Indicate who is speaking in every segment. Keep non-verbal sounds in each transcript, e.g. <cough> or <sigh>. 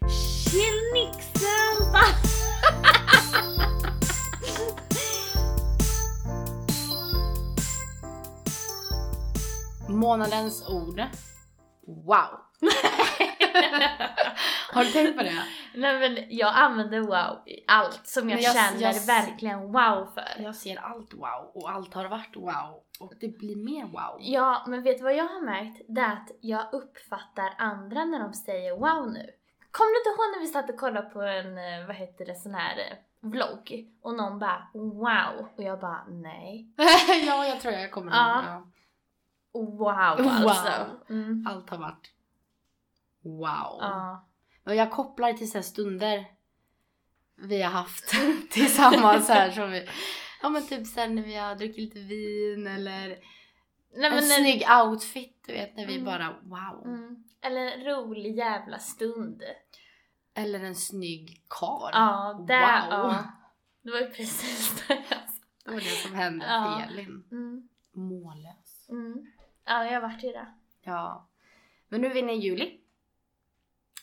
Speaker 1: <laughs> månadens ord. <laughs> Wow! Har du tänkt på det?
Speaker 2: Nej men jag använder wow i allt som jag,
Speaker 1: Men jag-
Speaker 2: känner
Speaker 1: jag-
Speaker 2: verkligen wow för.
Speaker 1: Jag ser allt wow och allt har varit wow och det blir mer wow.
Speaker 2: Ja, men vet du vad jag har märkt? Det är att jag uppfattar andra när de säger wow nu. Kommer du inte ihåg när vi satt och kollade på en, eh, vad heter det, sån här eh, vlogg? Och någon bara wow och jag bara nej.
Speaker 1: <laughs> ja, jag tror jag kommer
Speaker 2: Ja.
Speaker 1: ihåg. Ja.
Speaker 2: Wow alltså. Mm.
Speaker 1: Allt har varit wow.
Speaker 2: Ja.
Speaker 1: Och jag kopplar till så här stunder vi har haft <laughs> tillsammans här som vi, ja men typ sen när vi har druckit lite vin eller
Speaker 2: Nej,
Speaker 1: en
Speaker 2: men, en-
Speaker 1: snygg outfit du vet när vi
Speaker 2: Mm.
Speaker 1: bara wow.
Speaker 2: mm. Eller en rolig jävla stund.
Speaker 1: Eller en snygg karl.
Speaker 2: Ja, det,
Speaker 1: Wow.
Speaker 2: ja. det var ju precis det jag sa.
Speaker 1: Det var det som hände
Speaker 2: Ja.
Speaker 1: Elin.
Speaker 2: Mm.
Speaker 1: Mållös.
Speaker 2: Mm. Ja, jag vart ju det.
Speaker 1: Ja. Men nu är vi inne i juli.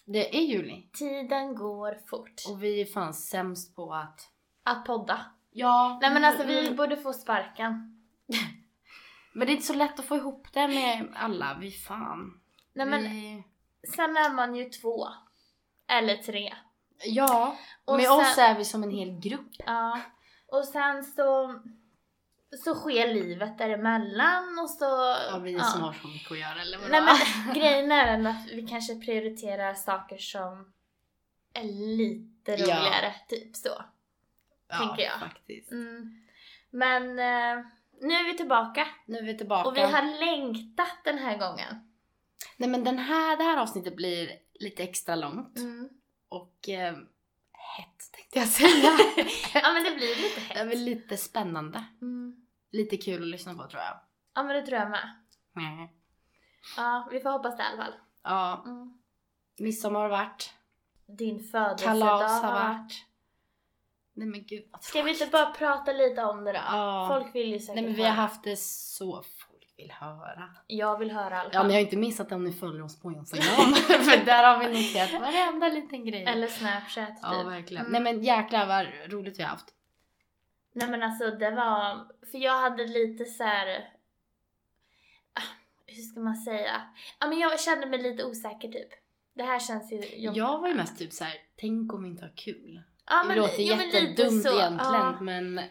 Speaker 1: Det är juli.
Speaker 2: Tiden går fort.
Speaker 1: Och vi är fan sämst på att...
Speaker 2: Att podda.
Speaker 1: Ja.
Speaker 2: Nej men alltså vi
Speaker 1: mm.
Speaker 2: borde få sparken.
Speaker 1: Men det är inte så lätt att få ihop det med alla. Vi fan.
Speaker 2: Nej men
Speaker 1: Vi...
Speaker 2: sen är man ju två. Eller tre.
Speaker 1: Ja.
Speaker 2: Och
Speaker 1: med
Speaker 2: sen-
Speaker 1: oss är vi som en hel grupp.
Speaker 2: Ja. Och sen så, så sker livet däremellan och så...
Speaker 1: Ja, vi som har så mycket att göra eller vadå?
Speaker 2: Nej
Speaker 1: <laughs>
Speaker 2: men grejen är den att vi kanske prioriterar saker som är lite
Speaker 1: Ja.
Speaker 2: roligare. Typ så.
Speaker 1: ja,
Speaker 2: tänker jag.
Speaker 1: faktiskt.
Speaker 2: Mm. Men eh, nu är vi tillbaka.
Speaker 1: Nu är vi tillbaka.
Speaker 2: Och vi har längtat den här gången.
Speaker 1: Nej men den här, det här avsnittet blir lite extra långt.
Speaker 2: Mm.
Speaker 1: Och eh, hett tänkte jag
Speaker 2: <laughs>
Speaker 1: säga.
Speaker 2: Ja men det blir lite
Speaker 1: det är
Speaker 2: hett.
Speaker 1: väl lite spännande.
Speaker 2: Mm.
Speaker 1: Lite kul att lyssna på tror jag.
Speaker 2: Ja men det tror jag med.
Speaker 1: Nej.
Speaker 2: Ja, vi får hoppas det i alla fall.
Speaker 1: Ja, midsommar har varit.
Speaker 2: Din födelsedag
Speaker 1: Kalas har varit. Nej men gud vad
Speaker 2: Ska vi inte
Speaker 1: tråkigt.
Speaker 2: bara prata lite om det då?
Speaker 1: Ja.
Speaker 2: Folk vill ju säkert
Speaker 1: Nej men vi har
Speaker 2: höra.
Speaker 1: haft det så folk vill höra.
Speaker 2: Jag vill höra i alla
Speaker 1: Ja
Speaker 2: fall.
Speaker 1: ni har ju inte missat det om ni följer oss på Instagram. <laughs> För där har vi noterat varenda liten grej.
Speaker 2: Eller Snapchat typ.
Speaker 1: ja verkligen.
Speaker 2: Mm.
Speaker 1: Nej men jäklar vad roligt vi har haft.
Speaker 2: Nej men alltså det var... För jag hade lite så här. Ah, Hur ska man säga? Ja men jag kände mig lite osäker typ. Det här känns ju jobbigt.
Speaker 1: Jag var ju mest typ så här: tänk om vi inte har kul.
Speaker 2: Ja,
Speaker 1: det låter
Speaker 2: jo, lite
Speaker 1: jättedumt
Speaker 2: så,
Speaker 1: egentligen
Speaker 2: ja.
Speaker 1: men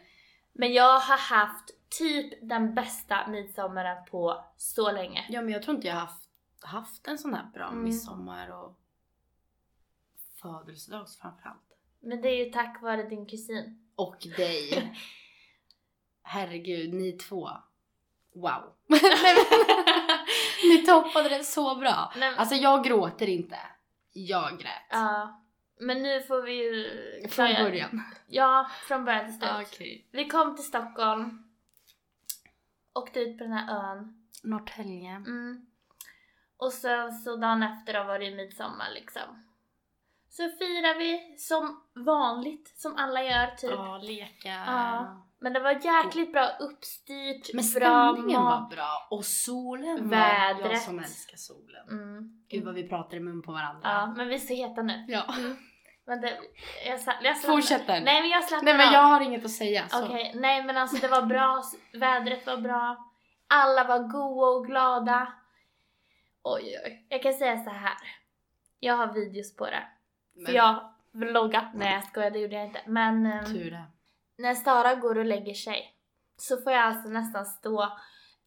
Speaker 2: Men jag har haft typ den bästa midsommaren på så länge.
Speaker 1: Ja men jag tror inte jag har haft, haft en sån här bra
Speaker 2: Mm.
Speaker 1: midsommar och födelsedag framförallt.
Speaker 2: Men det är ju tack vare din kusin.
Speaker 1: Och <laughs> dig. Herregud, ni två. Wow. <laughs> ni toppade det så bra.
Speaker 2: Nej, men-
Speaker 1: Alltså jag gråter inte. Jag grät.
Speaker 2: Ja. typ. Men nu får vi ju...
Speaker 1: Från början. Ah, Typ.
Speaker 2: Ja, från början till slut.
Speaker 1: Okej.
Speaker 2: Vi kom till Stockholm. Åkte ut på den här ön.
Speaker 1: Norrtälje.
Speaker 2: Mm. Och sen så dagen efter då var det ju midsommar liksom. Så firar vi som vanligt, som alla gör typ.
Speaker 1: Ja, leka.
Speaker 2: Ja. Men det var jäkligt bra uppstyrt,
Speaker 1: Men
Speaker 2: bra
Speaker 1: stämningen var
Speaker 2: mat.
Speaker 1: bra och solen var... Jag
Speaker 2: Vädret.
Speaker 1: som älskar solen.
Speaker 2: Mm.
Speaker 1: Gud vad vi pratar i mun på varandra.
Speaker 2: Ja, men vi är så heta nu.
Speaker 1: ja.
Speaker 2: Men det, jag, sa- jag slappnar-
Speaker 1: Fortsätter.
Speaker 2: Nej men jag slappnar
Speaker 1: Alltså, Nej men
Speaker 2: av.
Speaker 1: jag har inget att säga. Så.
Speaker 2: Okej, nej men alltså det var bra, s- vädret var bra, alla var goa och glada. Oj oj, jag kan säga så här. Jag har videos på det.
Speaker 1: Men,
Speaker 2: För jag vloggat, nej jag skojar det gjorde jag inte. Men ehm,
Speaker 1: Tur det.
Speaker 2: när Sara går och lägger sig så får jag alltså nästan stå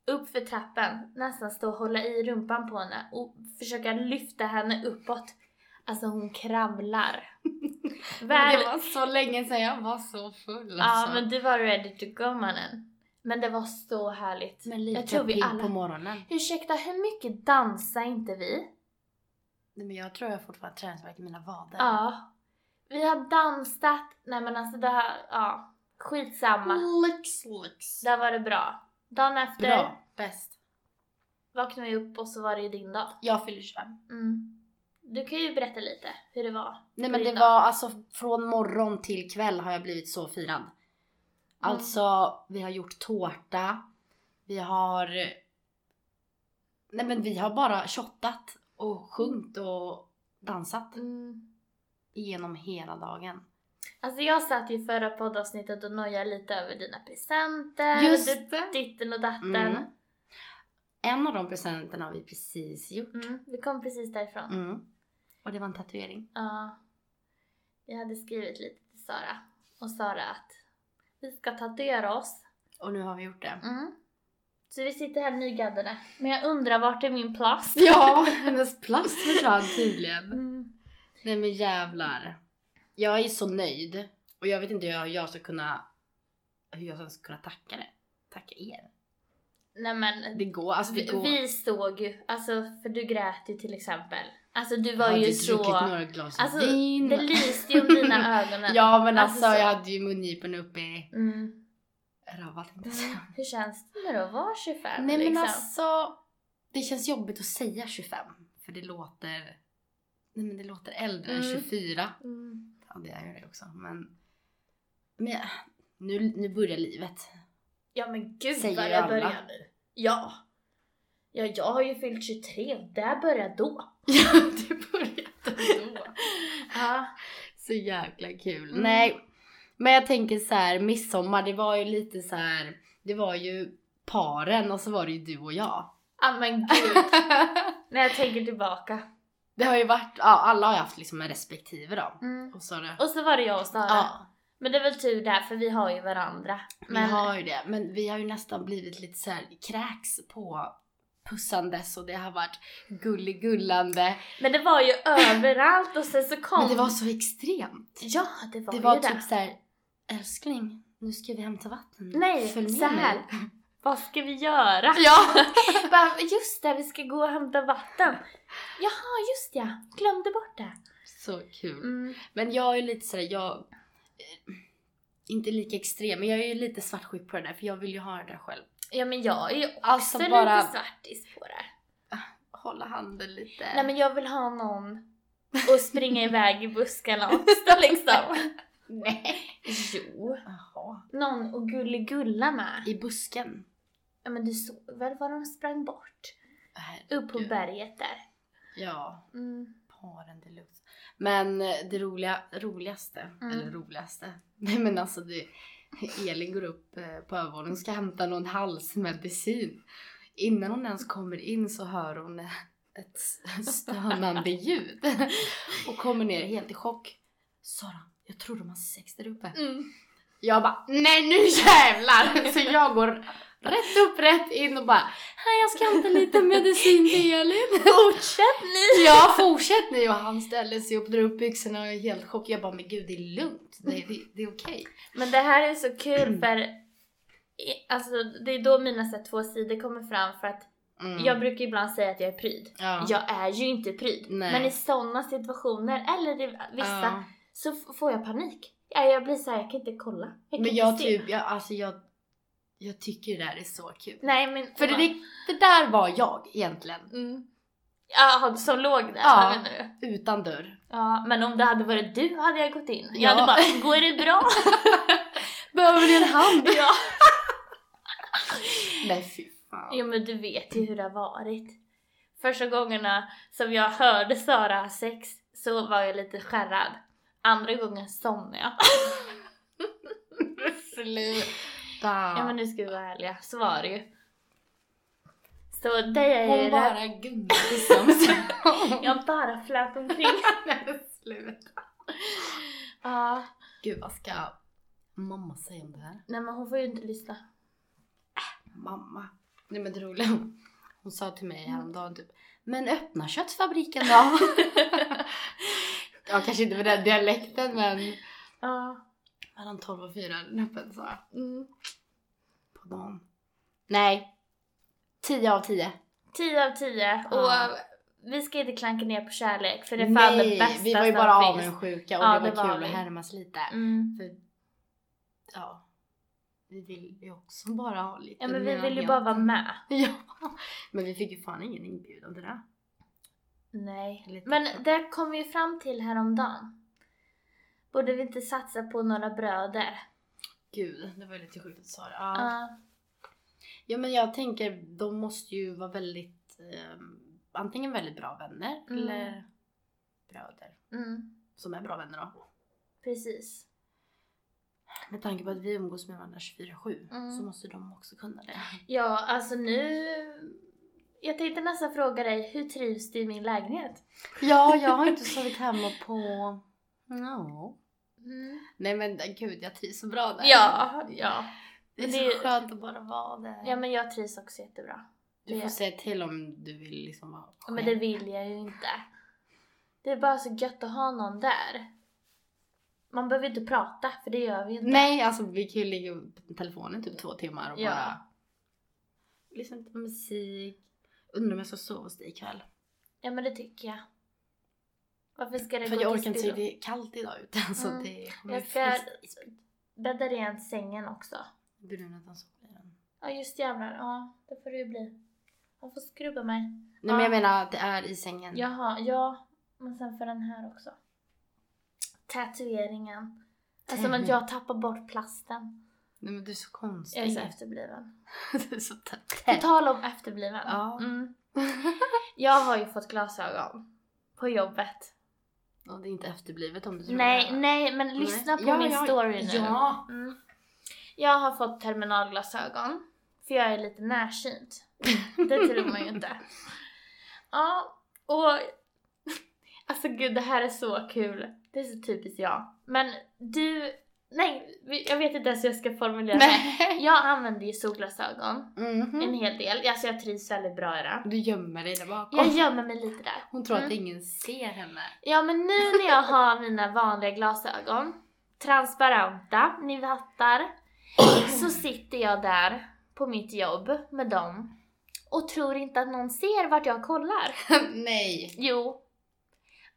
Speaker 2: upp för trappen, nästan stå och hålla i rumpan på henne och försöka lyfta henne uppåt. Alltså
Speaker 1: <laughs>
Speaker 2: hon kravlar.
Speaker 1: Men
Speaker 2: Väl
Speaker 1: Det var så länge sedan jag var så full alltså.
Speaker 2: Ja men du var ready to go mannen. Men det var så härligt.
Speaker 1: men lite
Speaker 2: jag tror vi
Speaker 1: pigg
Speaker 2: alla-
Speaker 1: på morgonen.
Speaker 2: Ursäkta, hur mycket dansar inte vi?
Speaker 1: Nej, men jag tror jag fortfarande har träningsvärk i mina vader.
Speaker 2: Ja. Vi har dansat, nej men alltså det här, ja.
Speaker 1: Mm.
Speaker 2: Skitsamma.
Speaker 1: Lux, lux.
Speaker 2: Där var det bra. Dagen efter
Speaker 1: Bra. Bäst.
Speaker 2: vaknade vi upp och så var det ju din dag.
Speaker 1: Jag fyller 25.
Speaker 2: Mm. Du kan ju berätta lite hur det var.
Speaker 1: Nej
Speaker 2: på
Speaker 1: men
Speaker 2: din
Speaker 1: det
Speaker 2: dag.
Speaker 1: var alltså från morgon till kväll har jag blivit så firad. Alltså vi har gjort tårta. Vi har... Nej men vi har bara shottat och sjungit och dansat
Speaker 2: Mm.
Speaker 1: genom hela dagen.
Speaker 2: Alltså jag satt ju i förra poddavsnittet och nojade lite över dina presenter.
Speaker 1: Just
Speaker 2: du,
Speaker 1: det.
Speaker 2: Ditten och datten.
Speaker 1: Mm. en av de presenterna har vi precis gjort.
Speaker 2: Mm, vi kom precis därifrån.
Speaker 1: Mm. Och det var en tatuering.
Speaker 2: Ja. Jag hade skrivit lite till Sara och Sara att vi ska tatuera oss.
Speaker 1: Och nu har vi gjort det.
Speaker 2: Mm. Så vi sitter här nygaddade. Men jag undrar vart är min plast?
Speaker 1: Ja, <laughs> hennes plast försvann tydligen.
Speaker 2: Mm.
Speaker 1: Nej men jävlar. Jag är så nöjd. Och jag vet inte hur jag ska kunna, hur jag ska kunna tacka det. Tacka er.
Speaker 2: Nej men
Speaker 1: Det går, alltså det
Speaker 2: vi,
Speaker 1: går.
Speaker 2: vi såg ju, alltså för du grät ju till exempel. Alltså du
Speaker 1: Jag
Speaker 2: var
Speaker 1: hade
Speaker 2: ju
Speaker 1: druckit
Speaker 2: så...
Speaker 1: några glas
Speaker 2: Alltså
Speaker 1: vin.
Speaker 2: det lyste ju
Speaker 1: <laughs>
Speaker 2: om dina ögon.
Speaker 1: Ja men alltså,
Speaker 2: Alltså, så-
Speaker 1: jag hade ju mungipen uppe i
Speaker 2: Mm.
Speaker 1: röva tänkte jag
Speaker 2: Mm.
Speaker 1: säga.
Speaker 2: Hur känns det nu då att vara 25
Speaker 1: Nej men
Speaker 2: liksom?
Speaker 1: alltså. Det känns jobbigt att säga 25. För det låter, nej men det låter äldre än
Speaker 2: Mm.
Speaker 1: 24.
Speaker 2: Mm.
Speaker 1: Ja det är ju det också men. Men jag- nu, nu börjar livet. <laughs>
Speaker 2: Ja men gud
Speaker 1: Säger
Speaker 2: vad jag
Speaker 1: alla.
Speaker 2: börjar nu. Ja. Ja jag har ju fyllt 23 och det börjar då.
Speaker 1: Ja det började då.
Speaker 2: <laughs> Ja.
Speaker 1: Så jäkla kul.
Speaker 2: Mm.
Speaker 1: Nej, men jag tänker så här, midsommar, det var ju lite så här, det var ju paren och så var det ju du och jag.
Speaker 2: Ja men
Speaker 1: <laughs>
Speaker 2: gud. När jag tänker tillbaka.
Speaker 1: det har ju varit, ja alla har ju haft liksom en respektive då.
Speaker 2: Mm.
Speaker 1: Och så har det,
Speaker 2: Och så var det jag och Sara.
Speaker 1: ja,
Speaker 2: Men det är väl tur där för vi har ju varandra.
Speaker 1: men,
Speaker 2: Men
Speaker 1: vi har ju det. Men vi har ju nästan blivit lite så här kräks på pussandes och det har varit gulligullande.
Speaker 2: Men det var ju överallt och sen så kom...
Speaker 1: Men det var så extremt.
Speaker 2: Ja, det var
Speaker 1: Det
Speaker 2: ju
Speaker 1: var
Speaker 2: det.
Speaker 1: typ så här, älskling, nu ska vi hämta vatten.
Speaker 2: Nej,
Speaker 1: Följ med
Speaker 2: så här.
Speaker 1: mig."
Speaker 2: Vad ska vi <laughs> göra?
Speaker 1: Ja!
Speaker 2: Bara, just det, vi ska gå och hämta vatten. Jaha, just ja. Glömde bort det.
Speaker 1: <laughs> Så kul.
Speaker 2: Mm.
Speaker 1: Men jag är lite sådär, jag... eh, Inte lika extrem, men jag är ju lite svartsjuk på det där för jag vill ju ha det där själv.
Speaker 2: Ja, men jag är ju också
Speaker 1: Alltså bara-
Speaker 2: lite svartis på det.
Speaker 1: Hålla handen lite. <laughs>
Speaker 2: Nej, men jag vill ha någon och springa iväg i buskarna också liksom.
Speaker 1: Nej.
Speaker 2: Jo.
Speaker 1: Jaha.
Speaker 2: <laughs> Någon och gulligulla med.
Speaker 1: I busken.
Speaker 2: Ja, men du såg väl vad de sprang bort?
Speaker 1: Herregud.
Speaker 2: Upp på berget där.
Speaker 1: Äh, Ja,
Speaker 2: Mm.
Speaker 1: paren deluxe. Men eh, det roliga, roligaste,
Speaker 2: Mm.
Speaker 1: eller roligaste. <laughs> Nej men alltså det, Elin går upp eh, på övervåningen och ska hämta någon halsmedicin. Innan hon ens kommer in så hör hon eh, ett s- stönande ljud. Och kommer ner helt i chock. Sara, jag tror de har sex där uppe.
Speaker 2: Mm. <laughs>
Speaker 1: Jag bara, nej nu jävlar! <laughs> Så jag går rätt upp, rätt in och bara, hej jag ska hämta lite medicin till
Speaker 2: <laughs>
Speaker 1: Elin.
Speaker 2: Fortsätt ni!
Speaker 1: Ja, fortsätt nu! Och han ställer sig upp, drar upp byxorna och jag är helt chockad. Jag bara, men gud det är lugnt. Det, det, det är okej.
Speaker 2: Men det här är så kul för i- alltså, det är då mina så här, två sidor kommer fram för att
Speaker 1: Mm.
Speaker 2: jag brukar ibland säga att jag är pryd.
Speaker 1: ja.
Speaker 2: Jag är ju inte pryd.
Speaker 1: Nej.
Speaker 2: Men i sådana situationer, eller i vissa,
Speaker 1: Ja.
Speaker 2: så f- får jag panik. Ja, jag blir såhär, jag kan inte kolla. kan
Speaker 1: Men
Speaker 2: inte
Speaker 1: jag
Speaker 2: se.
Speaker 1: typ, jag, alltså jag, jag tycker det där är så kul.
Speaker 2: Nej men...
Speaker 1: För det, det, det där var jag egentligen.
Speaker 2: Mm. Jaha, som låg där?
Speaker 1: Ja.
Speaker 2: Ja. Nu.
Speaker 1: Utan dörr.
Speaker 2: ja. Men om det hade varit du hade jag gått in. Jag
Speaker 1: Ja.
Speaker 2: hade bara, går det bra?
Speaker 1: <laughs> Behöver ni en hand?
Speaker 2: <laughs> ja.
Speaker 1: Nej fy fan.
Speaker 2: Jo men du vet ju hur det har varit. Första gångerna som jag hörde Sara ha sex så var jag lite skärrad. Andra gången
Speaker 1: <laughs>
Speaker 2: somnade jag. Ja men nu ska vi vara ärliga, så var det ju. Så det är jag ju
Speaker 1: Hon
Speaker 2: rädd.
Speaker 1: bara gungar tillsammans.
Speaker 2: Jag bara flöt omkring.
Speaker 1: <laughs> Nej men sluta.
Speaker 2: Ja.
Speaker 1: Gud vad ska mamma säga om det här?
Speaker 2: Nej men hon får ju inte lyssna.
Speaker 1: mamma. Nej men det roliga, <laughs> hon- hon sa till
Speaker 2: Mm.
Speaker 1: mig häromdagen typ Men öppna köttfabriken då! <laughs> ja kanske inte med den dialekten men
Speaker 2: Ja.
Speaker 1: mellan 12 och 4 är den öppen sa jag
Speaker 2: Mm.
Speaker 1: på dagen. Nej! 10 av 10.
Speaker 2: 10 av 10 och eh,
Speaker 1: Ja.
Speaker 2: vi ska inte klanka ner på kärlek för det är fan det bästa
Speaker 1: vi var ju
Speaker 2: som
Speaker 1: bara
Speaker 2: finns.
Speaker 1: avundsjuka och
Speaker 2: Ja,
Speaker 1: det var
Speaker 2: det var
Speaker 1: kul
Speaker 2: vi.
Speaker 1: att härmas lite.
Speaker 2: Mm.
Speaker 1: För, ja, vi vill ju också bara ha lite
Speaker 2: Ja men vi vill ju
Speaker 1: mening.
Speaker 2: bara
Speaker 1: <laughs>
Speaker 2: vara med.
Speaker 1: Ja, men vi fick ju fan ingen inbjudan till det.
Speaker 2: Nej,
Speaker 1: Lite
Speaker 2: men det kom vi ju fram till häromdagen. Borde vi inte satsa på några bröder?
Speaker 1: Gud, det var ju lite sjukt att Sara.
Speaker 2: Ja.
Speaker 1: Ja men jag tänker, de måste ju vara väldigt, ehm, antingen väldigt bra vänner
Speaker 2: Mm.
Speaker 1: eller bröder.
Speaker 2: mm,
Speaker 1: Som är bra vänner då.
Speaker 2: precis.
Speaker 1: Med tanke på att vi umgås med varandra 24-7
Speaker 2: Mm. <laughs>
Speaker 1: så måste de också kunna det.
Speaker 2: Ja, alltså nu Jag tänkte nästan fråga dig, hur trivs du i min lägenhet?
Speaker 1: Ja, jag har inte sovit hemma på... Ja. Nej men gud, jag trivs så bra där.
Speaker 2: Ja, ja.
Speaker 1: Det är så
Speaker 2: Det-
Speaker 1: skönt att bara vara där.
Speaker 2: Ja men jag trivs också jättebra.
Speaker 1: du får
Speaker 2: det-
Speaker 1: säga till om du vill liksom vara
Speaker 2: Ja, Men det vill jag ju inte. Det är bara så gött att ha någon där. Man behöver inte prata, för det gör vi ju inte.
Speaker 1: Nej, alltså vi kan ju ligga på telefonen typ två timmar och
Speaker 2: Ja.
Speaker 1: bara lyssna lite på musik. Undrar om jag ska sova hos dig ikväll.
Speaker 2: Ja men det tycker jag. Varför ska det
Speaker 1: För
Speaker 2: gå
Speaker 1: jag
Speaker 2: till
Speaker 1: orkar inte,
Speaker 2: spillo?
Speaker 1: det är kallt idag ute. <laughs> Alltså
Speaker 2: Mm.
Speaker 1: det kommer
Speaker 2: Jag
Speaker 1: bli
Speaker 2: ska-
Speaker 1: frostvis.
Speaker 2: Bädda rent sängen också.
Speaker 1: Brun att han sover i den.
Speaker 2: Ja just jävlar, ja det får det ju bli. Jag får skrubba mig.
Speaker 1: Nej men jag menar att det är i sängen.
Speaker 2: Jaha, ja. Men sen för den här också. Tatueringen. Alltså men jag tappar bort plasten.
Speaker 1: Nej men du är så konstig.
Speaker 2: Jag är så efterbliven.
Speaker 1: <laughs> du är så tätt.
Speaker 2: På tal om efterbliven.
Speaker 1: Ja. <laughs>
Speaker 2: Mm. Jag har ju fått glasögon. På jobbet.
Speaker 1: Och det är inte efterblivet om du tror
Speaker 2: Nej,
Speaker 1: det.
Speaker 2: nej men lyssna
Speaker 1: Nej.
Speaker 2: på
Speaker 1: Ja,
Speaker 2: min
Speaker 1: ja,
Speaker 2: story nu. <laughs>
Speaker 1: Ja.
Speaker 2: Mm. Jag har fått terminalglasögon. För jag är lite närsynt. Det tror man ju inte. Ja, och... <laughs> Alltså gud, det här är så kul. Det är så typiskt jag. Men du... Nej, vi- jag vet inte ens hur jag ska formulera det.
Speaker 1: Nej.
Speaker 2: Jag använder ju solglasögon en
Speaker 1: Mhm.
Speaker 2: hel del. Alltså jag trivs väldigt bra i det.
Speaker 1: Du gömmer dig där bakom.
Speaker 2: Jag gömmer mig lite där.
Speaker 1: Hon tror att
Speaker 2: Mm.
Speaker 1: ingen ser henne.
Speaker 2: <laughs> Ja men nu när jag har mina vanliga glasögon, transparenta, ni fattar, så sitter jag där på mitt jobb med dem och tror inte att någon ser vart jag kollar.
Speaker 1: Nej.
Speaker 2: Jo,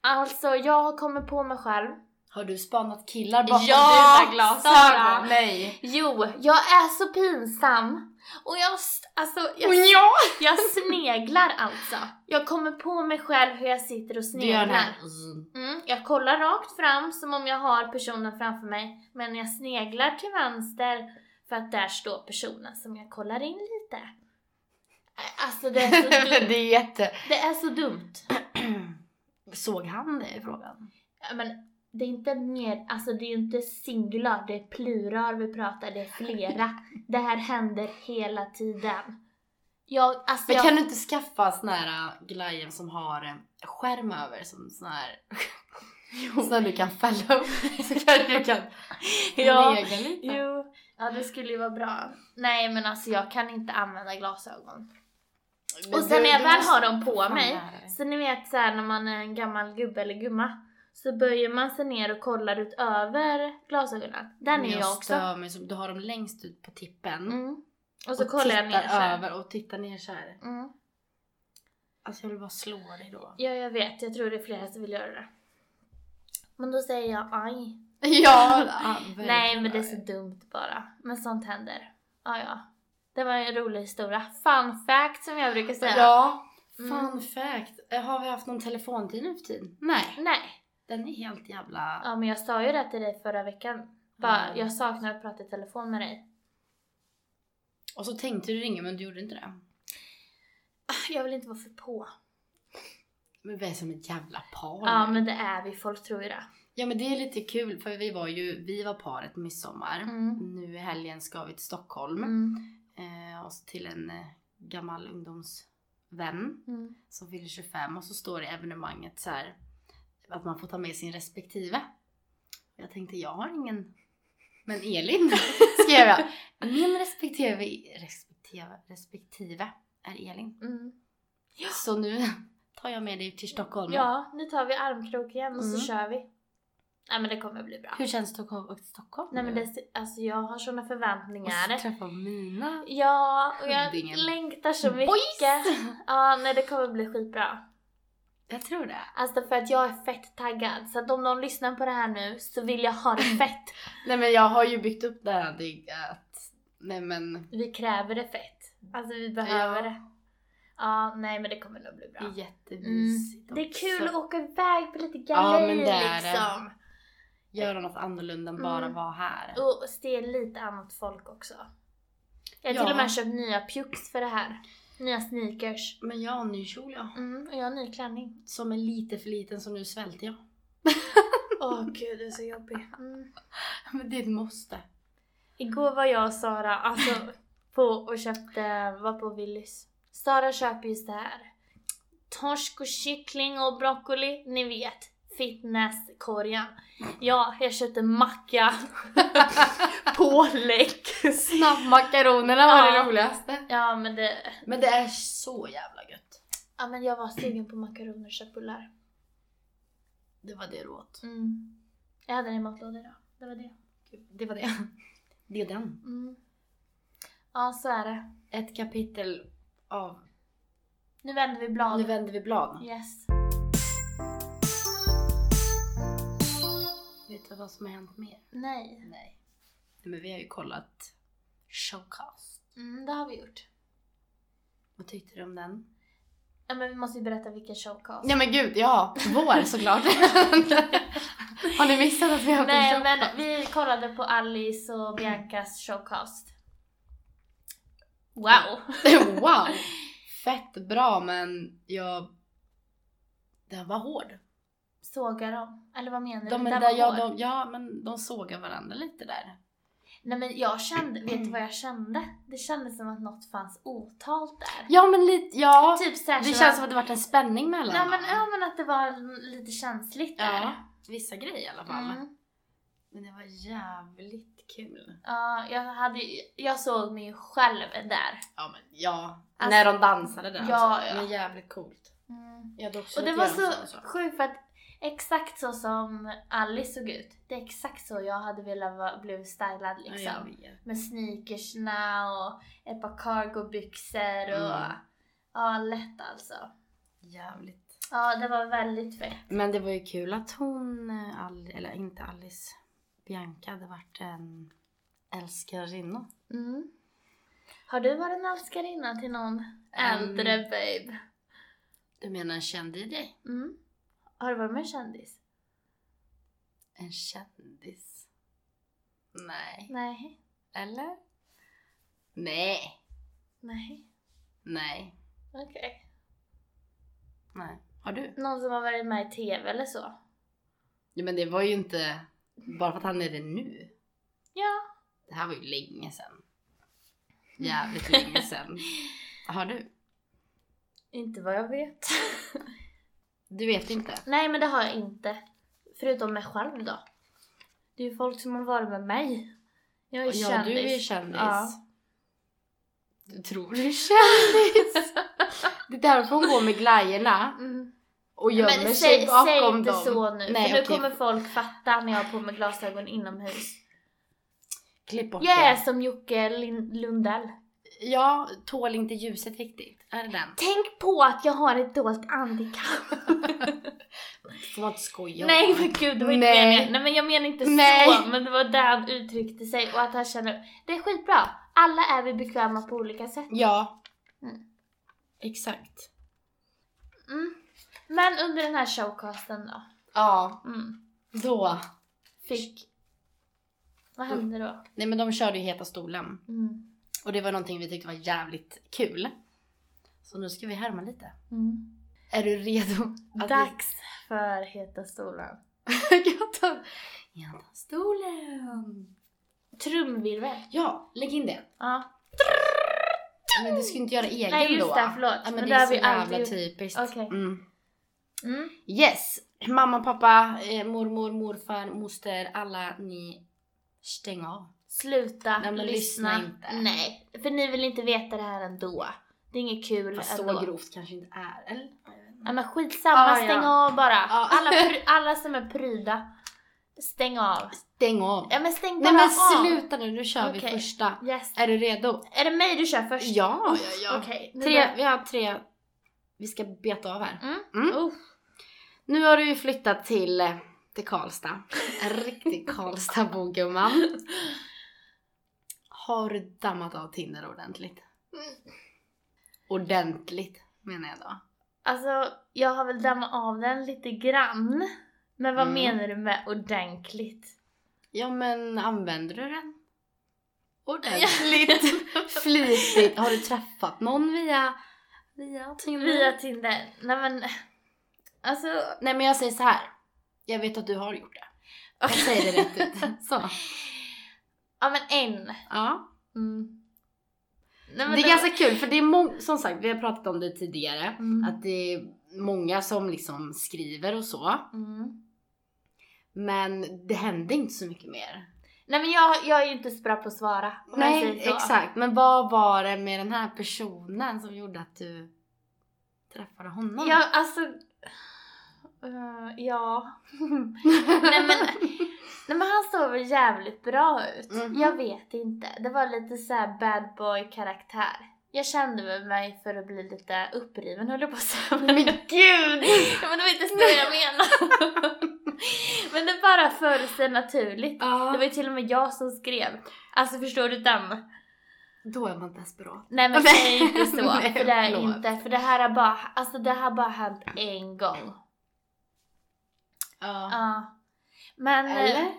Speaker 2: alltså jag har kommit på mig själv.
Speaker 1: Har du spanat killar bakom
Speaker 2: Ja,
Speaker 1: dina glasögon?
Speaker 2: Sara.
Speaker 1: Nej.
Speaker 2: Jo, jag är så pinsam och jag, s- alltså, jag, s-
Speaker 1: ja!
Speaker 2: jag sneglar alltså. Jag kommer på mig själv hur jag sitter och
Speaker 1: Du gör den <laughs>
Speaker 2: sneglar.
Speaker 1: här. Mm.
Speaker 2: Mm, jag kollar rakt fram som om jag har personen framför mig men jag sneglar till vänster för att där står personen som jag kollar in lite. Ä- Alltså <laughs>
Speaker 1: <laughs>
Speaker 2: det är så
Speaker 1: det
Speaker 2: dumt.
Speaker 1: är
Speaker 2: <clears throat>
Speaker 1: jätte...
Speaker 2: Det är så dumt.
Speaker 1: Såg han det i frågan?
Speaker 2: Ja, Men det är inte mer, alltså det är ju inte singular, det är plural vi pratar, det är flera. Det här händer hela tiden. Jag, alltså
Speaker 1: Men
Speaker 2: jag,
Speaker 1: kan du inte skaffa såna här glajjor som har eh, skärm över? Som sån
Speaker 2: <laughs>
Speaker 1: här... Så du kan fälla upp <laughs> så kanske du kan
Speaker 2: <laughs> Ja,
Speaker 1: lega lite.
Speaker 2: Jo, ja det skulle ju vara bra. Nej men alltså jag kan inte använda glasögon.
Speaker 1: Men
Speaker 2: Och
Speaker 1: du-
Speaker 2: sen när jag
Speaker 1: du
Speaker 2: väl
Speaker 1: måste
Speaker 2: har dem på
Speaker 1: fan
Speaker 2: mig,
Speaker 1: lära dig.
Speaker 2: så ni vet så här när man är en gammal gubbe eller gumma, så böjer man sig ner och kollar utöver glasögonen. Den
Speaker 1: Men
Speaker 2: är jag också.
Speaker 1: stör mig som, du har dem längst ut på tippen.
Speaker 2: Mm. Och så kollar jag ner
Speaker 1: tittar
Speaker 2: så här.
Speaker 1: över och tittar ner så här.
Speaker 2: Mm.
Speaker 1: Alltså jag vill bara slå dig då.
Speaker 2: Ja, jag vet. Jag tror det är flera som vill göra det. Men då säger jag aj.
Speaker 1: Ja,
Speaker 2: Nej, men det är så dumt bara. Men sånt händer. Ja, ja. Det var en rolig historia. Fun fact som jag brukar säga.
Speaker 1: Ja.
Speaker 2: Mm.
Speaker 1: Fun fact. Eh, Har vi haft någon telefontid nu för tiden? Nej.
Speaker 2: Nej.
Speaker 1: Den är helt jävla...
Speaker 2: Ja, men jag sa ju det till dig förra veckan. Bara,
Speaker 1: Mm.
Speaker 2: jag saknar att prata i telefon med dig.
Speaker 1: Och så tänkte du ringa men du gjorde inte det.
Speaker 2: Ah, Jag vill inte vara för på.
Speaker 1: Men vi är som ett jävla par.
Speaker 2: Ja,
Speaker 1: nu.
Speaker 2: men det är vi. Folk tror ju det.
Speaker 1: ja men det är lite kul för vi var ju, vi var paret midsommar.
Speaker 2: Mm.
Speaker 1: Nu i helgen ska vi till Stockholm.
Speaker 2: Mm.
Speaker 1: Eh, och så till en eh, gammal ungdomsvän.
Speaker 2: Mm.
Speaker 1: som fyller 25 och så står det i evenemanget så här att man får ta med sin respektive. Och Jag tänkte jag har ingen, men Elin <laughs> skrev jag. Min respektive, respektive, respektive är Elin.
Speaker 2: Mm.
Speaker 1: Så nu <laughs> tar jag med dig till Stockholm.
Speaker 2: Ja, nu tar vi armkrok igen och
Speaker 1: Mm.
Speaker 2: så kör vi. Nej, men det kommer bli bra.
Speaker 1: Hur känns det att komma upp till Stockholm?
Speaker 2: Nej men
Speaker 1: nu?
Speaker 2: det, alltså jag har såna
Speaker 1: Och så
Speaker 2: förväntningar.
Speaker 1: träffa mina
Speaker 2: Ja, och jag
Speaker 1: Huddingen.
Speaker 2: längtar så mycket.
Speaker 1: boys!
Speaker 2: Ja, nej det kommer bli skitbra.
Speaker 1: Jag tror det.
Speaker 2: Alltså för att jag är fett taggad. Så att om någon lyssnar på det här nu så vill jag ha det fett.
Speaker 1: Nej men jag har ju byggt upp det här det- att, nej men
Speaker 2: Vi kräver det fett. Alltså vi behöver
Speaker 1: Ja.
Speaker 2: det. Ja, nej men det kommer nog bli
Speaker 1: det är
Speaker 2: bra. Mm.
Speaker 1: jättemysigt
Speaker 2: Det är
Speaker 1: också.
Speaker 2: kul att åka iväg på lite
Speaker 1: Ja,
Speaker 2: galej
Speaker 1: men det är det.
Speaker 2: liksom.
Speaker 1: Göra något annorlunda än bara
Speaker 2: Mm.
Speaker 1: vara här.
Speaker 2: Och se lite annat folk också. Jag har
Speaker 1: Ja.
Speaker 2: till och med köpt nya pjucks för det här. Nya sneakers.
Speaker 1: Men jag har en ny kjol jag.
Speaker 2: Mm, och jag har en ny klänning.
Speaker 1: Som är lite för liten så nu svälter jag.
Speaker 2: Åh gud, det är så jobbig. Mm.
Speaker 1: <laughs> Men det är ett måste.
Speaker 2: Igår var jag och Sara alltså, på och köpte, var på Willys Sara köper just det här. Torsk och kyckling och broccoli, ni vet. Fitnesskorgen. Ja, jag köpte macka, <laughs> pålägg.
Speaker 1: Snabbmakaronerna var
Speaker 2: Ja.
Speaker 1: det roligaste.
Speaker 2: Ja men det...
Speaker 1: Men det är så jävla gött.
Speaker 2: Ja men jag var sugen på makaroner och köttbullar.
Speaker 1: Det var det du åt.
Speaker 2: Mm. Jag hade den i matlådan idag. Det var det.
Speaker 1: Gud, Det var det. <laughs> Det är den.
Speaker 2: Mm. Ja, så är det.
Speaker 1: Ett kapitel av...
Speaker 2: Nu vänder vi blad.
Speaker 1: Nu vänder vi blad.
Speaker 2: Yes.
Speaker 1: Vet du vad som har hänt mer?
Speaker 2: Nej.
Speaker 1: Nej. Nej, Men vi har ju kollat showcast.
Speaker 2: Mm, det har vi gjort.
Speaker 1: Vad tyckte du om den?
Speaker 2: Ja, men vi måste ju berätta vilken showcast.
Speaker 1: Ja men gud, ja! Vår <laughs> såklart. har ni missat att vi har haft en
Speaker 2: Nej,
Speaker 1: show-
Speaker 2: men vi kollade på Alice och Biancas showcast. Wow!
Speaker 1: <laughs> Wow! Fett bra men jag... Den var hård.
Speaker 2: Sågar de? Eller vad menar du?
Speaker 1: De,
Speaker 2: Det
Speaker 1: men
Speaker 2: var
Speaker 1: där, ja,
Speaker 2: hår.
Speaker 1: de, ja men de sågar varandra lite där.
Speaker 2: Nej men jag kände, vet du vad jag kände? Det kändes som att något fanns otalt där.
Speaker 1: Ja men lite, ja.
Speaker 2: Typ såhär
Speaker 1: Det känns som att det varit en spänning mellan
Speaker 2: Nej men,
Speaker 1: dem.
Speaker 2: ja, men att det var lite känsligt
Speaker 1: ja.
Speaker 2: där.
Speaker 1: Vissa grejer i alla fall.
Speaker 2: Mm.
Speaker 1: Men det var jävligt kul.
Speaker 2: Ja, jag, hade, ju- jag såg mig ju själv där.
Speaker 1: Ja men ja.
Speaker 2: Alltså-
Speaker 1: När de dansade där
Speaker 2: Ja,
Speaker 1: alltså.
Speaker 2: ja.
Speaker 1: Men jävligt coolt. Jag hade också
Speaker 2: Och det
Speaker 1: velat
Speaker 2: var
Speaker 1: göra en sån
Speaker 2: så
Speaker 1: sak.
Speaker 2: sjukt för att exakt så som Alice såg ut, det är exakt så jag hade velat vara- bli stylad
Speaker 1: Ja, jag
Speaker 2: liksom.
Speaker 1: vet.
Speaker 2: Med sneakersna och ett par cargobyxor och
Speaker 1: Mm.
Speaker 2: ja, lätt alltså.
Speaker 1: Jävligt.
Speaker 2: Ja, det var väldigt fett.
Speaker 1: Men det var ju kul att hon, eh, Al- eller inte Alice, Bianca hade varit en älskarinna.
Speaker 2: Mm. Har du varit en älskarinna till någon äldre babe?
Speaker 1: Du menar en känd DJ?
Speaker 2: Mm. Har du varit med en kändis?
Speaker 1: En kändis? Nej.
Speaker 2: Nej.
Speaker 1: Eller? Nej.
Speaker 2: Nej.
Speaker 1: Nej.
Speaker 2: Okej.
Speaker 1: Nej. Har du?
Speaker 2: Någon som har varit med i TV eller så?
Speaker 1: Ja, men det var ju inte bara för att han är det nu.
Speaker 2: Ja.
Speaker 1: Det här var ju länge sedan. Jävligt länge sedan. <laughs> Har du?
Speaker 2: Inte vad jag <laughs> vet.
Speaker 1: Du vet inte?
Speaker 2: Nej men det har jag inte. Förutom mig själv då. Det är ju folk som har varit med mig. Jag är ju
Speaker 1: ja,
Speaker 2: kändis.
Speaker 1: du är kändis.
Speaker 2: Ja.
Speaker 1: Du tror du är kändis. <laughs> det är därför hon går med glajjorna
Speaker 2: Mm.
Speaker 1: och gömmer sig
Speaker 2: Men säg,
Speaker 1: bakom
Speaker 2: säg inte
Speaker 1: dem.
Speaker 2: så nu,
Speaker 1: Nej,
Speaker 2: för nu
Speaker 1: okej.
Speaker 2: kommer folk fatta när jag har på mig glasögon inomhus.
Speaker 1: Klipp bort
Speaker 2: Jag är som Jocke Lin- Lundell.
Speaker 1: det. Ja, tål inte ljuset riktigt. Är det den?
Speaker 2: Tänk på att jag har ett dolt handikapp.
Speaker 1: Får man inte skoja om.
Speaker 2: Nej men gud, det var inte
Speaker 1: Nej.
Speaker 2: meningen. Nej men jag menar inte
Speaker 1: Nej.
Speaker 2: så, men det var där han uttryckte sig och att han känner, det är skitbra. Alla är vi bekväma på olika sätt.
Speaker 1: Ja.
Speaker 2: Mm.
Speaker 1: Exakt.
Speaker 2: Mm. Men under den här showcasten då,
Speaker 1: Ja,
Speaker 2: mm.
Speaker 1: då.
Speaker 2: fick... Vad
Speaker 1: Mm.
Speaker 2: hände då?
Speaker 1: Nej men de körde ju Heta stolen.
Speaker 2: Mm.
Speaker 1: Och det var någonting vi tyckte var jävligt kul. Så nu ska vi härma lite.
Speaker 2: Mm.
Speaker 1: Är du redo? att
Speaker 2: Dags för
Speaker 1: <laughs>
Speaker 2: Heta stolen.
Speaker 1: Vi... Gatan. Gatan, Stolen!
Speaker 2: Trumvirvel.
Speaker 1: Ja, lägg in det.
Speaker 2: Ja.
Speaker 1: Men du ska inte göra egen
Speaker 2: Nej, just
Speaker 1: då.
Speaker 2: det, förlåt.
Speaker 1: Ja, men det,
Speaker 2: Men det
Speaker 1: är
Speaker 2: har
Speaker 1: så
Speaker 2: vi
Speaker 1: jävla
Speaker 2: alltid gjort.
Speaker 1: typiskt.
Speaker 2: Okej.
Speaker 1: Mm.
Speaker 2: Mm.
Speaker 1: Yes! Mamma, pappa, eh, mormor, morfar, moster, alla ni stäng av.
Speaker 2: Sluta
Speaker 1: Nej, men
Speaker 2: lyssna.
Speaker 1: lyssna inte.
Speaker 2: Nej, för ni vill inte veta det här ändå. Det är inget kul
Speaker 1: Fast
Speaker 2: ändå.
Speaker 1: så grovt kanske inte är, eller?
Speaker 2: Nej men skitsamma,
Speaker 1: Ah, ja.
Speaker 2: stäng av bara.
Speaker 1: Ja.
Speaker 2: Alla, pr- alla som är pryda, stäng av.
Speaker 1: Stäng av!
Speaker 2: Ja men stäng
Speaker 1: Nej
Speaker 2: bara
Speaker 1: men
Speaker 2: av.
Speaker 1: sluta nu, nu kör vi
Speaker 2: Okej.
Speaker 1: första.
Speaker 2: Yes.
Speaker 1: Är du redo?
Speaker 2: Är det mig du kör först?
Speaker 1: Ja, ja, ja.
Speaker 2: Okej. nu
Speaker 1: Tre,
Speaker 2: börjar-
Speaker 1: vi har tre, vi ska beta av här.
Speaker 2: Mm.
Speaker 1: Mm.
Speaker 2: Uff.
Speaker 1: Nu har du ju flyttat till, eh, till Karlstad. En riktig Karlstadbo gumman. Har du dammat av Tinder ordentligt? Ordentligt menar jag då.
Speaker 2: Alltså, jag har väl dammat av den lite grann. Men vad
Speaker 1: Mm.
Speaker 2: menar du med ordentligt?
Speaker 1: Ja men använder du den? Ordentligt. Flitigt. Har du träffat någon via, via Tinder?
Speaker 2: Via Tinder. Nej men, alltså.
Speaker 1: Nej men jag säger så här. Jag vet att du har gjort det. Jag säger det rätt ut. Så.
Speaker 2: Ja men en.
Speaker 1: Ja.
Speaker 2: Mm. Nej, men
Speaker 1: Det är ganska kul för det är många, som sagt vi har pratat om det tidigare.
Speaker 2: Mm.
Speaker 1: Att det är många som liksom skriver och så.
Speaker 2: Mm.
Speaker 1: Men det händer inte så mycket mer.
Speaker 2: Nej men jag, jag är ju inte så bra på att svara. om jag
Speaker 1: Nej
Speaker 2: säger så.
Speaker 1: exakt, men vad var det med den här personen som gjorde att du träffade honom? <laughs>
Speaker 2: Ja, alltså... eh, ja. <laughs> Nej men, nej men han såg väl jävligt bra ut.
Speaker 1: Mhm.
Speaker 2: Jag vet inte. Det var lite så här bad boy karaktär. Jag kände väl mig för att bli lite uppriven höll jag på att säga. <laughs> Men
Speaker 1: Mm.
Speaker 2: gud! Ja, men det var inte så jag menade. <laughs> men det bara föll sig naturligt. Det var
Speaker 1: ja.
Speaker 2: ju till och med jag som skrev. Alltså förstår du den?
Speaker 1: Då är man desperat. <laughs>
Speaker 2: Nej men
Speaker 1: Nej.
Speaker 2: säg inte så.
Speaker 1: Nej,
Speaker 2: för det är
Speaker 1: förlåt.
Speaker 2: inte. För det här har bara, alltså det här har bara hänt en gång.
Speaker 1: Ja.
Speaker 2: Ja. Men... eh,
Speaker 1: Eller?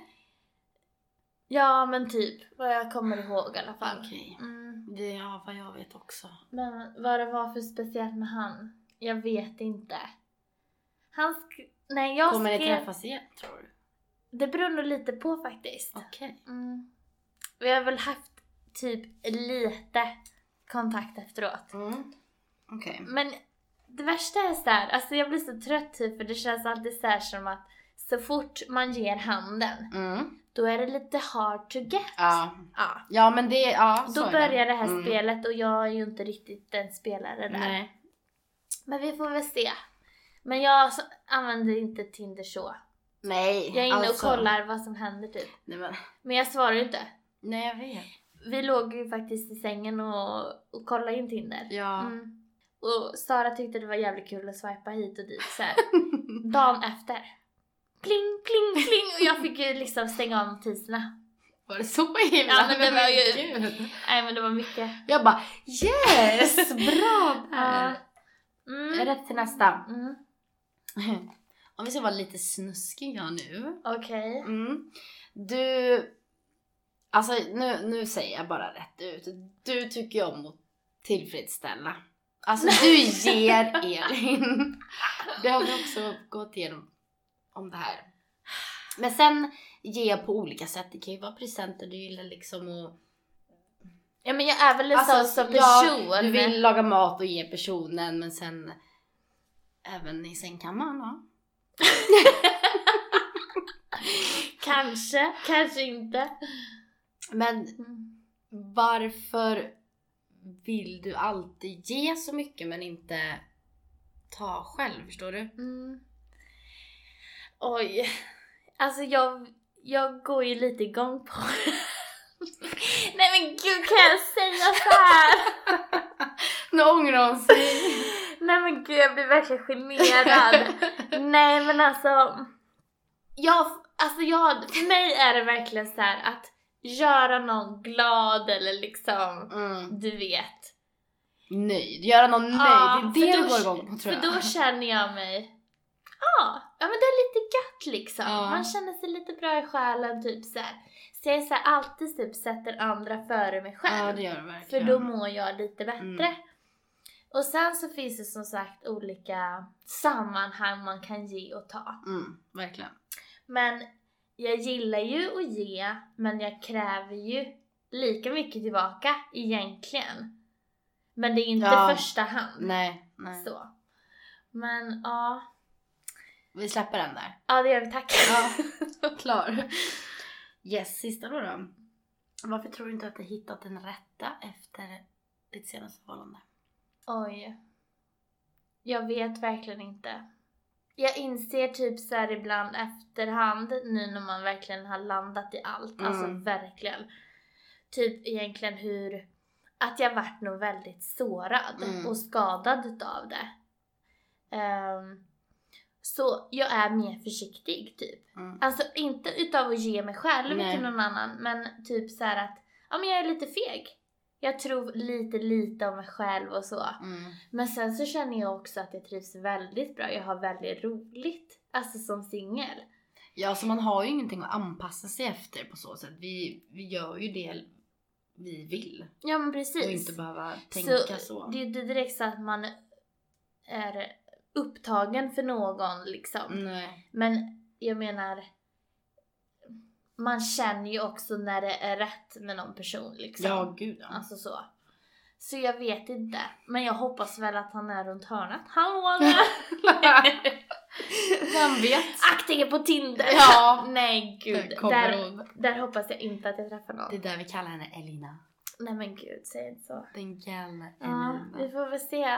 Speaker 2: Ja men typ, vad jag kommer ihåg i alla fall.
Speaker 1: Okej.
Speaker 2: Mm.
Speaker 1: Det, ja, vad jag vet också.
Speaker 2: Men vad det var för speciellt med han? Jag vet inte. Han sk- Nej jag
Speaker 1: Kommer ni
Speaker 2: skrev...
Speaker 1: träffas igen tror du?
Speaker 2: Det beror nog lite på faktiskt.
Speaker 1: Okej.
Speaker 2: Mm. Vi har väl haft typ lite kontakt efteråt.
Speaker 1: Mm. Okej.
Speaker 2: Men det värsta är så här, alltså jag blir så trött typ för det känns alltid så här som att så fort man ger handen,
Speaker 1: Mm.
Speaker 2: då är det lite hard to get.
Speaker 1: Ja.
Speaker 2: Ja.
Speaker 1: ja, men det, ja så
Speaker 2: Då
Speaker 1: är
Speaker 2: börjar det här
Speaker 1: Mm.
Speaker 2: spelet och jag är ju inte riktigt en spelare där.
Speaker 1: Nej.
Speaker 2: Men vi får väl se. Men jag s- använder inte Tinder så.
Speaker 1: Nej.
Speaker 2: Jag är inne
Speaker 1: alltså.
Speaker 2: och kollar vad som händer typ.
Speaker 1: Nej, men,
Speaker 2: Men jag svarar ju inte.
Speaker 1: nej jag vet.
Speaker 2: Vi låg ju faktiskt i sängen och, och kollade in Tinder.
Speaker 1: Ja.
Speaker 2: Mm. Och Sara tyckte det var jävligt kul att swipa hit och dit
Speaker 1: <laughs>
Speaker 2: så här. Dagen efter. Kling, kling, kling! Och jag fick ju liksom stänga av notiserna.
Speaker 1: Var det så himla?
Speaker 2: Ja, men det var ju-
Speaker 1: Gud.
Speaker 2: Nej men det var mycket.
Speaker 1: Jag bara yes, bra
Speaker 2: Ja.
Speaker 1: där.
Speaker 2: Mm.
Speaker 1: Rätt till nästa.
Speaker 2: Mm.
Speaker 1: Om vi ska vara lite snuskiga nu.
Speaker 2: Okej.
Speaker 1: Mm. Du, alltså nu, nu säger jag bara rätt ut. Du tycker ju om att tillfredsställa. Alltså du ger Elin. Det har vi också gått igenom om det här. Men sen ge på olika sätt. Det kan ju vara presenter du gillar liksom och Alltså,
Speaker 2: Ja men jag är väl en sån som alltså, person.
Speaker 1: Ja, du vill laga mat och ge personen men sen även i sängkammaren va?
Speaker 2: Kanske, kanske inte.
Speaker 1: Men varför vill du alltid ge så mycket men inte ta själv? Förstår du?
Speaker 2: Mm. Oj. Alltså jag, jag går ju lite igång på Nej men gud kan jag säga så här?
Speaker 1: Nu ångrar hon sig.
Speaker 2: Nej men gud jag blir verkligen <laughs> generad. Nej men alltså. Jag, alltså jag, för mig är det verkligen så här att göra någon glad eller liksom,
Speaker 1: mm.
Speaker 2: du vet.
Speaker 1: Nöjd, göra någon nöjd.
Speaker 2: Ja,
Speaker 1: det är det
Speaker 2: för
Speaker 1: du
Speaker 2: då-
Speaker 1: går igång på tror
Speaker 2: För
Speaker 1: jag. <laughs>
Speaker 2: då känner jag mig, ja, ja men det är lite gött liksom.
Speaker 1: Ja.
Speaker 2: Man känner sig lite bra i själen typ så här. Så jag är så här, alltid typ sätter andra före mig själv.
Speaker 1: ja det gör du
Speaker 2: för
Speaker 1: verkligen.
Speaker 2: då mår jag lite bättre.
Speaker 1: Mm.
Speaker 2: Och sen så finns det som sagt olika sammanhang man kan ge och ta.
Speaker 1: Mm, verkligen.
Speaker 2: Men jag gillar ju att ge, men jag kräver ju lika mycket tillbaka egentligen. Men det är inte
Speaker 1: Ja.
Speaker 2: första hand.
Speaker 1: Nej, nej.
Speaker 2: Så. Men ja,
Speaker 1: Vi släpper den där.
Speaker 2: ja det gör vi. Tack. <laughs>
Speaker 1: Ja, klar. Yes, sista då då. Varför tror du inte att du hittat den rätta efter ditt senaste förhållande?
Speaker 2: Oj. Jag vet verkligen inte. Jag inser typ så här ibland efterhand nu när man verkligen har landat i allt. Alltså
Speaker 1: Mm.
Speaker 2: verkligen. Typ egentligen hur... Att jag vart nog väldigt sårad
Speaker 1: Mm.
Speaker 2: och skadad utav det. Ehm, så jag är mer försiktig typ.
Speaker 1: Mm.
Speaker 2: Alltså inte utav att ge mig själv
Speaker 1: Nej.
Speaker 2: till någon annan men typ så här att ja men jag är lite feg. Jag tror lite lite om mig själv och så.
Speaker 1: Mm.
Speaker 2: Men sen så känner jag också att jag trivs väldigt bra. Jag har väldigt roligt. Alltså som singel.
Speaker 1: Ja, så man har ju ingenting att anpassa sig efter på så sätt. Vi, vi gör ju det vi vill
Speaker 2: Ja men
Speaker 1: och inte
Speaker 2: precis.
Speaker 1: behöva tänka så.
Speaker 2: Det är ju inte direkt så att man är upptagen för någon liksom.
Speaker 1: Nej.
Speaker 2: Men jag menar, man känner ju också när det är rätt med någon person liksom. <laughs>
Speaker 1: Ja, gud ja.
Speaker 2: Alltså så. Så jag vet inte. Men jag hoppas väl att han är runt hörnet.
Speaker 1: <laughs>
Speaker 2: Hallå där!
Speaker 1: Vem vet?
Speaker 2: Aktiga på Tinder!
Speaker 1: <laughs> Ja.
Speaker 2: Nej gud.
Speaker 1: Där kommer
Speaker 2: Där,
Speaker 1: hon.
Speaker 2: där hoppas jag inte att jag träffar någon.
Speaker 1: Det är där vi kallar henne Elina.
Speaker 2: Nej men gud, säg inte så.
Speaker 1: Den gamla
Speaker 2: Ja,
Speaker 1: Elina.
Speaker 2: vi får väl se.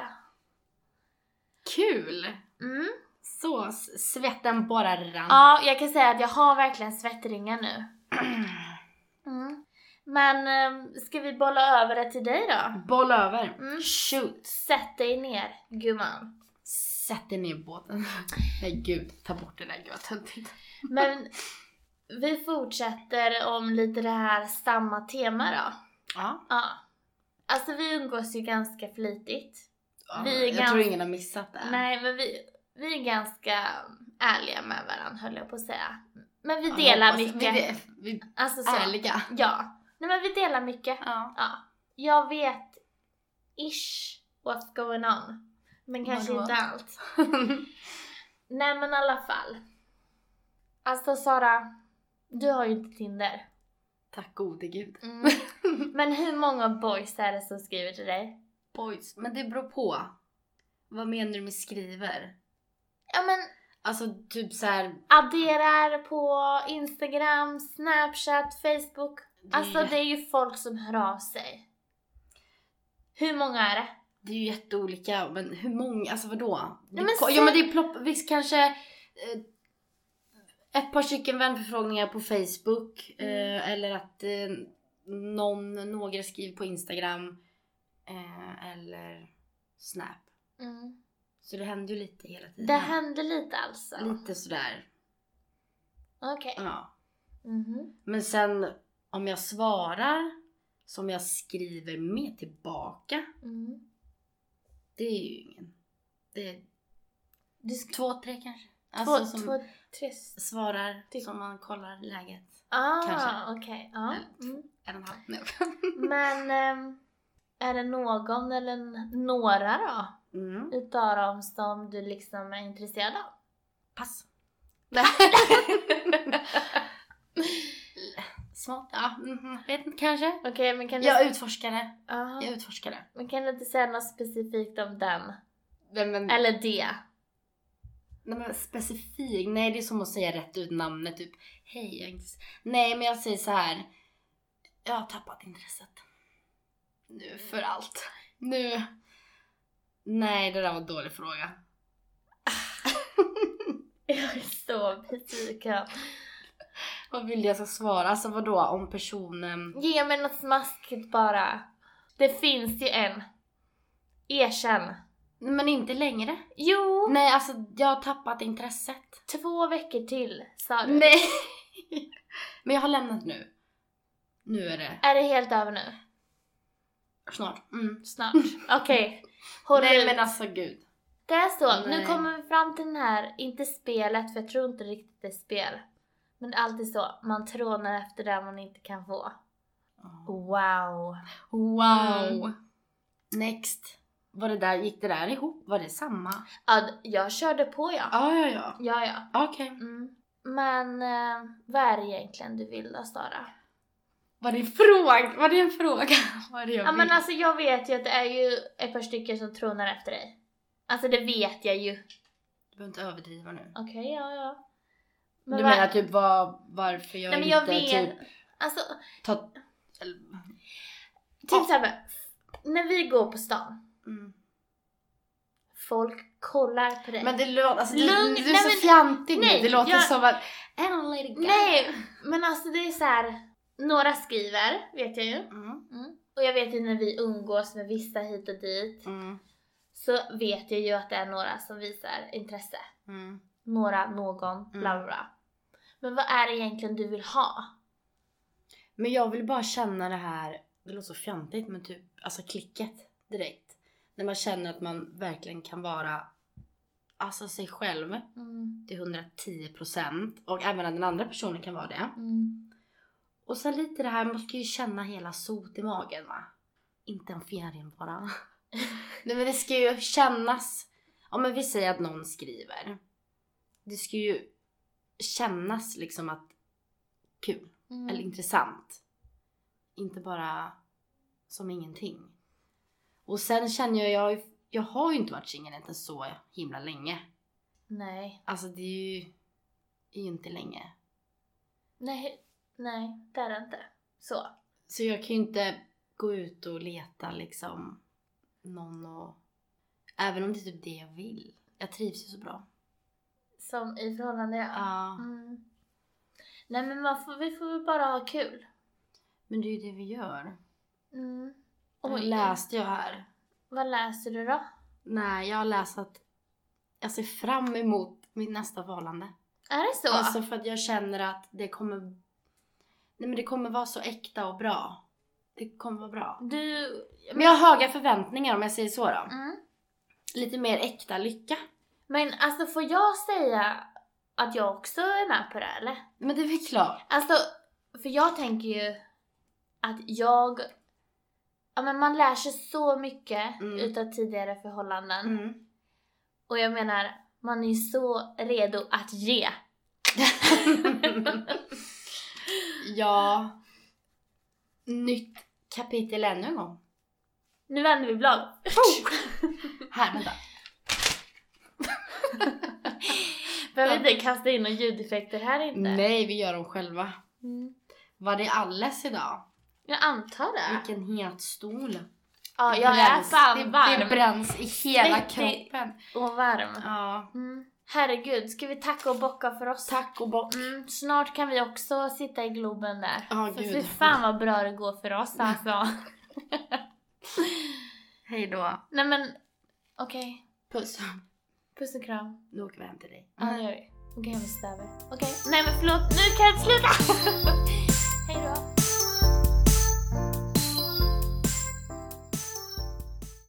Speaker 1: Kul!
Speaker 2: Mm.
Speaker 1: Så, s- svetten bara rann.
Speaker 2: Ja, jag kan säga att jag har verkligen svettringar nu. Mm. Men ehm, ska vi bolla över det till dig då?
Speaker 1: <clears throat> Boll över.
Speaker 2: Mm.
Speaker 1: Shoot!
Speaker 2: Sätt dig ner, gumman.
Speaker 1: Sätt dig ner i båten. <laughs> Nej gud, ta bort det där. Gud vad töntigt. <laughs>
Speaker 2: Men vi fortsätter om lite det här samma tema då.
Speaker 1: Ja.
Speaker 2: Ja. Alltså vi umgås ju ganska flitigt.
Speaker 1: ja,
Speaker 2: Vi är
Speaker 1: jag
Speaker 2: ganska-
Speaker 1: tror ingen har missat det.
Speaker 2: Nej men vi, vi är ganska mm, ärliga med varandra höll jag på att säga. Men vi
Speaker 1: Jag
Speaker 2: delar
Speaker 1: hoppas-
Speaker 2: mycket.
Speaker 1: Vi, vi, vi
Speaker 2: Alltså så.
Speaker 1: är ärliga.
Speaker 2: Ja. Nej men vi delar mycket.
Speaker 1: Ja.
Speaker 2: Ja. Jag vet ish what's going on. Men kanske
Speaker 1: Vadå?
Speaker 2: inte allt. Nej men i alla fall. Alltså Sara, du har ju inte Tinder.
Speaker 1: <laughs> Tack gode gud.
Speaker 2: <laughs> men hur många boys är det som skriver till dig?
Speaker 1: Boys. Men det beror på. Vad menar du med skriver?
Speaker 2: Ja men
Speaker 1: Alltså typ så här.
Speaker 2: adderar på Instagram, Snapchat, Facebook.
Speaker 1: Det,
Speaker 2: Alltså
Speaker 1: är ju,
Speaker 2: det är ju folk som hör av sig. Hur många är det?
Speaker 1: det är ju jätteolika. Men hur många? Alltså vadå? Det,
Speaker 2: men
Speaker 1: ko-
Speaker 2: säg-
Speaker 1: ja men det är plopp, visst kanske eh, ett par stycken vänförfrågningar på Facebook.
Speaker 2: Mm.
Speaker 1: Eh, eller att eh, någon, några skriver på Instagram. Eh, eller Snap. Mm. Så det händer ju lite hela tiden.
Speaker 2: Det händer lite alltså?
Speaker 1: Lite sådär.
Speaker 2: Okej.
Speaker 1: Ja.
Speaker 2: Mhm.
Speaker 1: Men sen om jag svarar som jag skriver med tillbaka,
Speaker 2: Mm.
Speaker 1: det är ju ingen. Det är
Speaker 2: Du sk-
Speaker 1: två, tre kanske.
Speaker 2: två,
Speaker 1: Alltså som
Speaker 2: två, tre... s-
Speaker 1: svarar
Speaker 2: Typ.
Speaker 1: som man kollar läget.
Speaker 2: Ah,
Speaker 1: Kanske.
Speaker 2: okej. Ja.
Speaker 1: Eller två.
Speaker 2: Mm.
Speaker 1: En och en halv
Speaker 2: <laughs>
Speaker 1: nu.
Speaker 2: Men ehm, är det någon eller n- några då?
Speaker 1: Mm.
Speaker 2: Utav dem som du liksom är intresserad av?
Speaker 1: Pass. <laughs> Smart. Ja, mhm. vet inte kanske.
Speaker 2: Okej, men kan du...
Speaker 1: Jag utforskar det.
Speaker 2: Ah.
Speaker 1: Jag utforskar det.
Speaker 2: Men kan du inte säga något specifikt om den?
Speaker 1: Nej, men,
Speaker 2: Eller det?
Speaker 1: nej, men specifik. Nej, det är som att säga rätt ut namnet. Typ, hej, jag är inte... Nej, men jag säger så här. Jag har tappat intresset. Nu för allt. Nu. Nej, det där var en dålig fråga. <laughs>
Speaker 2: Jag är så besviken.
Speaker 1: Vad vill jag ska svara? Alltså vadå om personen...
Speaker 2: Ge mig något smaskigt bara. Det finns ju en. Erkänn.
Speaker 1: Nej, Men inte längre.
Speaker 2: Jo!
Speaker 1: Nej, alltså jag har tappat intresset.
Speaker 2: Två veckor till sa du.
Speaker 1: Nej! <laughs> Men jag har lämnat nu. Nu är det
Speaker 2: Är det helt över nu?
Speaker 1: snart. Mm.
Speaker 2: Snart. <laughs> Okej. Håll
Speaker 1: Nej
Speaker 2: ut.
Speaker 1: men alltså gud.
Speaker 2: Det är så. Nu
Speaker 1: Nej.
Speaker 2: kommer vi fram till den här, inte spelet för jag tror inte riktigt det är spel. Men det är alltid så, man trånar efter det man inte kan få. Wow.
Speaker 1: Wow!
Speaker 2: Mm.
Speaker 1: Ehm, Next. Var det där, gick det där ihop? Var det samma?
Speaker 2: Ja, d- jag körde på ja.
Speaker 1: Ja, ja, ja.
Speaker 2: Ja, ja.
Speaker 1: Okej.
Speaker 2: Mm. Men eh, vad är det egentligen du vill då Sara?
Speaker 1: Var det en fråga? Var det en <laughs> fråga? Var det jag
Speaker 2: Ja men
Speaker 1: vill?
Speaker 2: alltså jag vet ju att det är ju ett par stycken som tronar efter dig. Alltså det vet jag ju.
Speaker 1: Du behöver inte överdriva nu.
Speaker 2: Okej, ja ja.
Speaker 1: du
Speaker 2: vad-
Speaker 1: menar typ var, varför jag
Speaker 2: Nej men
Speaker 1: inte
Speaker 2: jag vet.
Speaker 1: typ
Speaker 2: Alltså,
Speaker 1: ta...
Speaker 2: typ såhär när vi går på stan,
Speaker 1: Mm.
Speaker 2: folk kollar på dig.
Speaker 1: Men det låter, alltså, du,
Speaker 2: Lugn,
Speaker 1: du är
Speaker 2: nej,
Speaker 1: så
Speaker 2: men-
Speaker 1: fjantig nu.
Speaker 2: nej,
Speaker 1: Det låter
Speaker 2: jag-
Speaker 1: som att... En lady guy.
Speaker 2: Nej, men alltså det är så här. några skriver, vet jag ju.
Speaker 1: Mm.
Speaker 2: Och jag vet ju när vi umgås med vissa hit och dit,
Speaker 1: Mm.
Speaker 2: så vet jag ju att det är några som visar intresse.
Speaker 1: Mm.
Speaker 2: Några, någon, bla bla
Speaker 1: Mm.
Speaker 2: bla. Men vad är det egentligen du vill ha?
Speaker 1: Men jag vill bara känna det här, det låter så fjantigt men typ, alltså klicket direkt. När man känner att man verkligen kan vara, alltså sig själv till 110% och även att den andra personen kan vara det.
Speaker 2: Mm.
Speaker 1: Och sen lite det här, man ska ju känna hela sot i magen va? Inte en fjäril bara. <laughs> Nej men det ska ju kännas. Ja men vi säger att någon skriver. Det ska ju kännas liksom att kul
Speaker 2: Mm.
Speaker 1: eller intressant. Inte bara som ingenting. Och sen känner jag, jag, har ju- jag har ju inte varit singel inte så himla länge.
Speaker 2: Nej.
Speaker 1: Alltså det är ju är ju inte länge.
Speaker 2: Nej, nej, det är det inte. Så.
Speaker 1: Så jag kan ju inte gå ut och leta liksom någon och... Även om det är typ det jag vill. Jag trivs ju så bra.
Speaker 2: Som i förhållande, ja.
Speaker 1: Ja.
Speaker 2: Mm. Nej men man får, vi får väl bara ha kul.
Speaker 1: Men det är ju det vi gör.
Speaker 2: Mm.
Speaker 1: Och
Speaker 2: Oj.
Speaker 1: läste jag här.
Speaker 2: Vad läser du då?
Speaker 1: Nej, jag har läst att jag ser fram emot mitt nästa valande.
Speaker 2: Är <laughs> det så?
Speaker 1: Alltså för att jag känner att det kommer... Nej men det kommer vara så äkta och bra. Det kommer vara bra.
Speaker 2: du...
Speaker 1: Men jag har höga förväntningar om jag säger så då.
Speaker 2: Mm.
Speaker 1: Lite mer äkta lycka.
Speaker 2: Men alltså får jag säga att jag också är med på det här, eller?
Speaker 1: Men det är väl klart.
Speaker 2: Alltså, för jag tänker ju att jag... Ja men man lär sig så mycket
Speaker 1: Mm.
Speaker 2: utav tidigare förhållanden.
Speaker 1: Mm. <laughs>
Speaker 2: Och jag menar, man är ju så redo att ge.
Speaker 1: ja. Nytt kapitel ännu en gång.
Speaker 2: Nu vänder vi blad.
Speaker 1: Oh! Här, vänta.
Speaker 2: <laughs> Behöver vi inte kasta in några ljudeffekter här inte.
Speaker 1: Nej, vi gör dem själva.
Speaker 2: Mm.
Speaker 1: Var det Alles idag?
Speaker 2: Jag antar det.
Speaker 1: Vilken het stol.
Speaker 2: Ja,
Speaker 1: Det
Speaker 2: jag är
Speaker 1: bränns.
Speaker 2: fan
Speaker 1: Det, det
Speaker 2: varm
Speaker 1: bränns i hela
Speaker 2: Svettig.
Speaker 1: kroppen.
Speaker 2: och varm.
Speaker 1: Ja.
Speaker 2: Mm. Herregud, ska vi tacka och bocka för oss?
Speaker 1: Tack och bock.
Speaker 2: Mm, snart kan vi också sitta i Globen där.
Speaker 1: Ja,
Speaker 2: för
Speaker 1: gud.
Speaker 2: fy fan vad bra det går för oss alltså.
Speaker 1: Hej då.
Speaker 2: Nej men, okej.
Speaker 1: Puss.
Speaker 2: Puss och kram.
Speaker 1: Nu åker vi hem till dig.
Speaker 2: Ja, det gör vi. Okej, jag måste över. Okej, nej men förlåt, nu kan jag sluta! <laughs>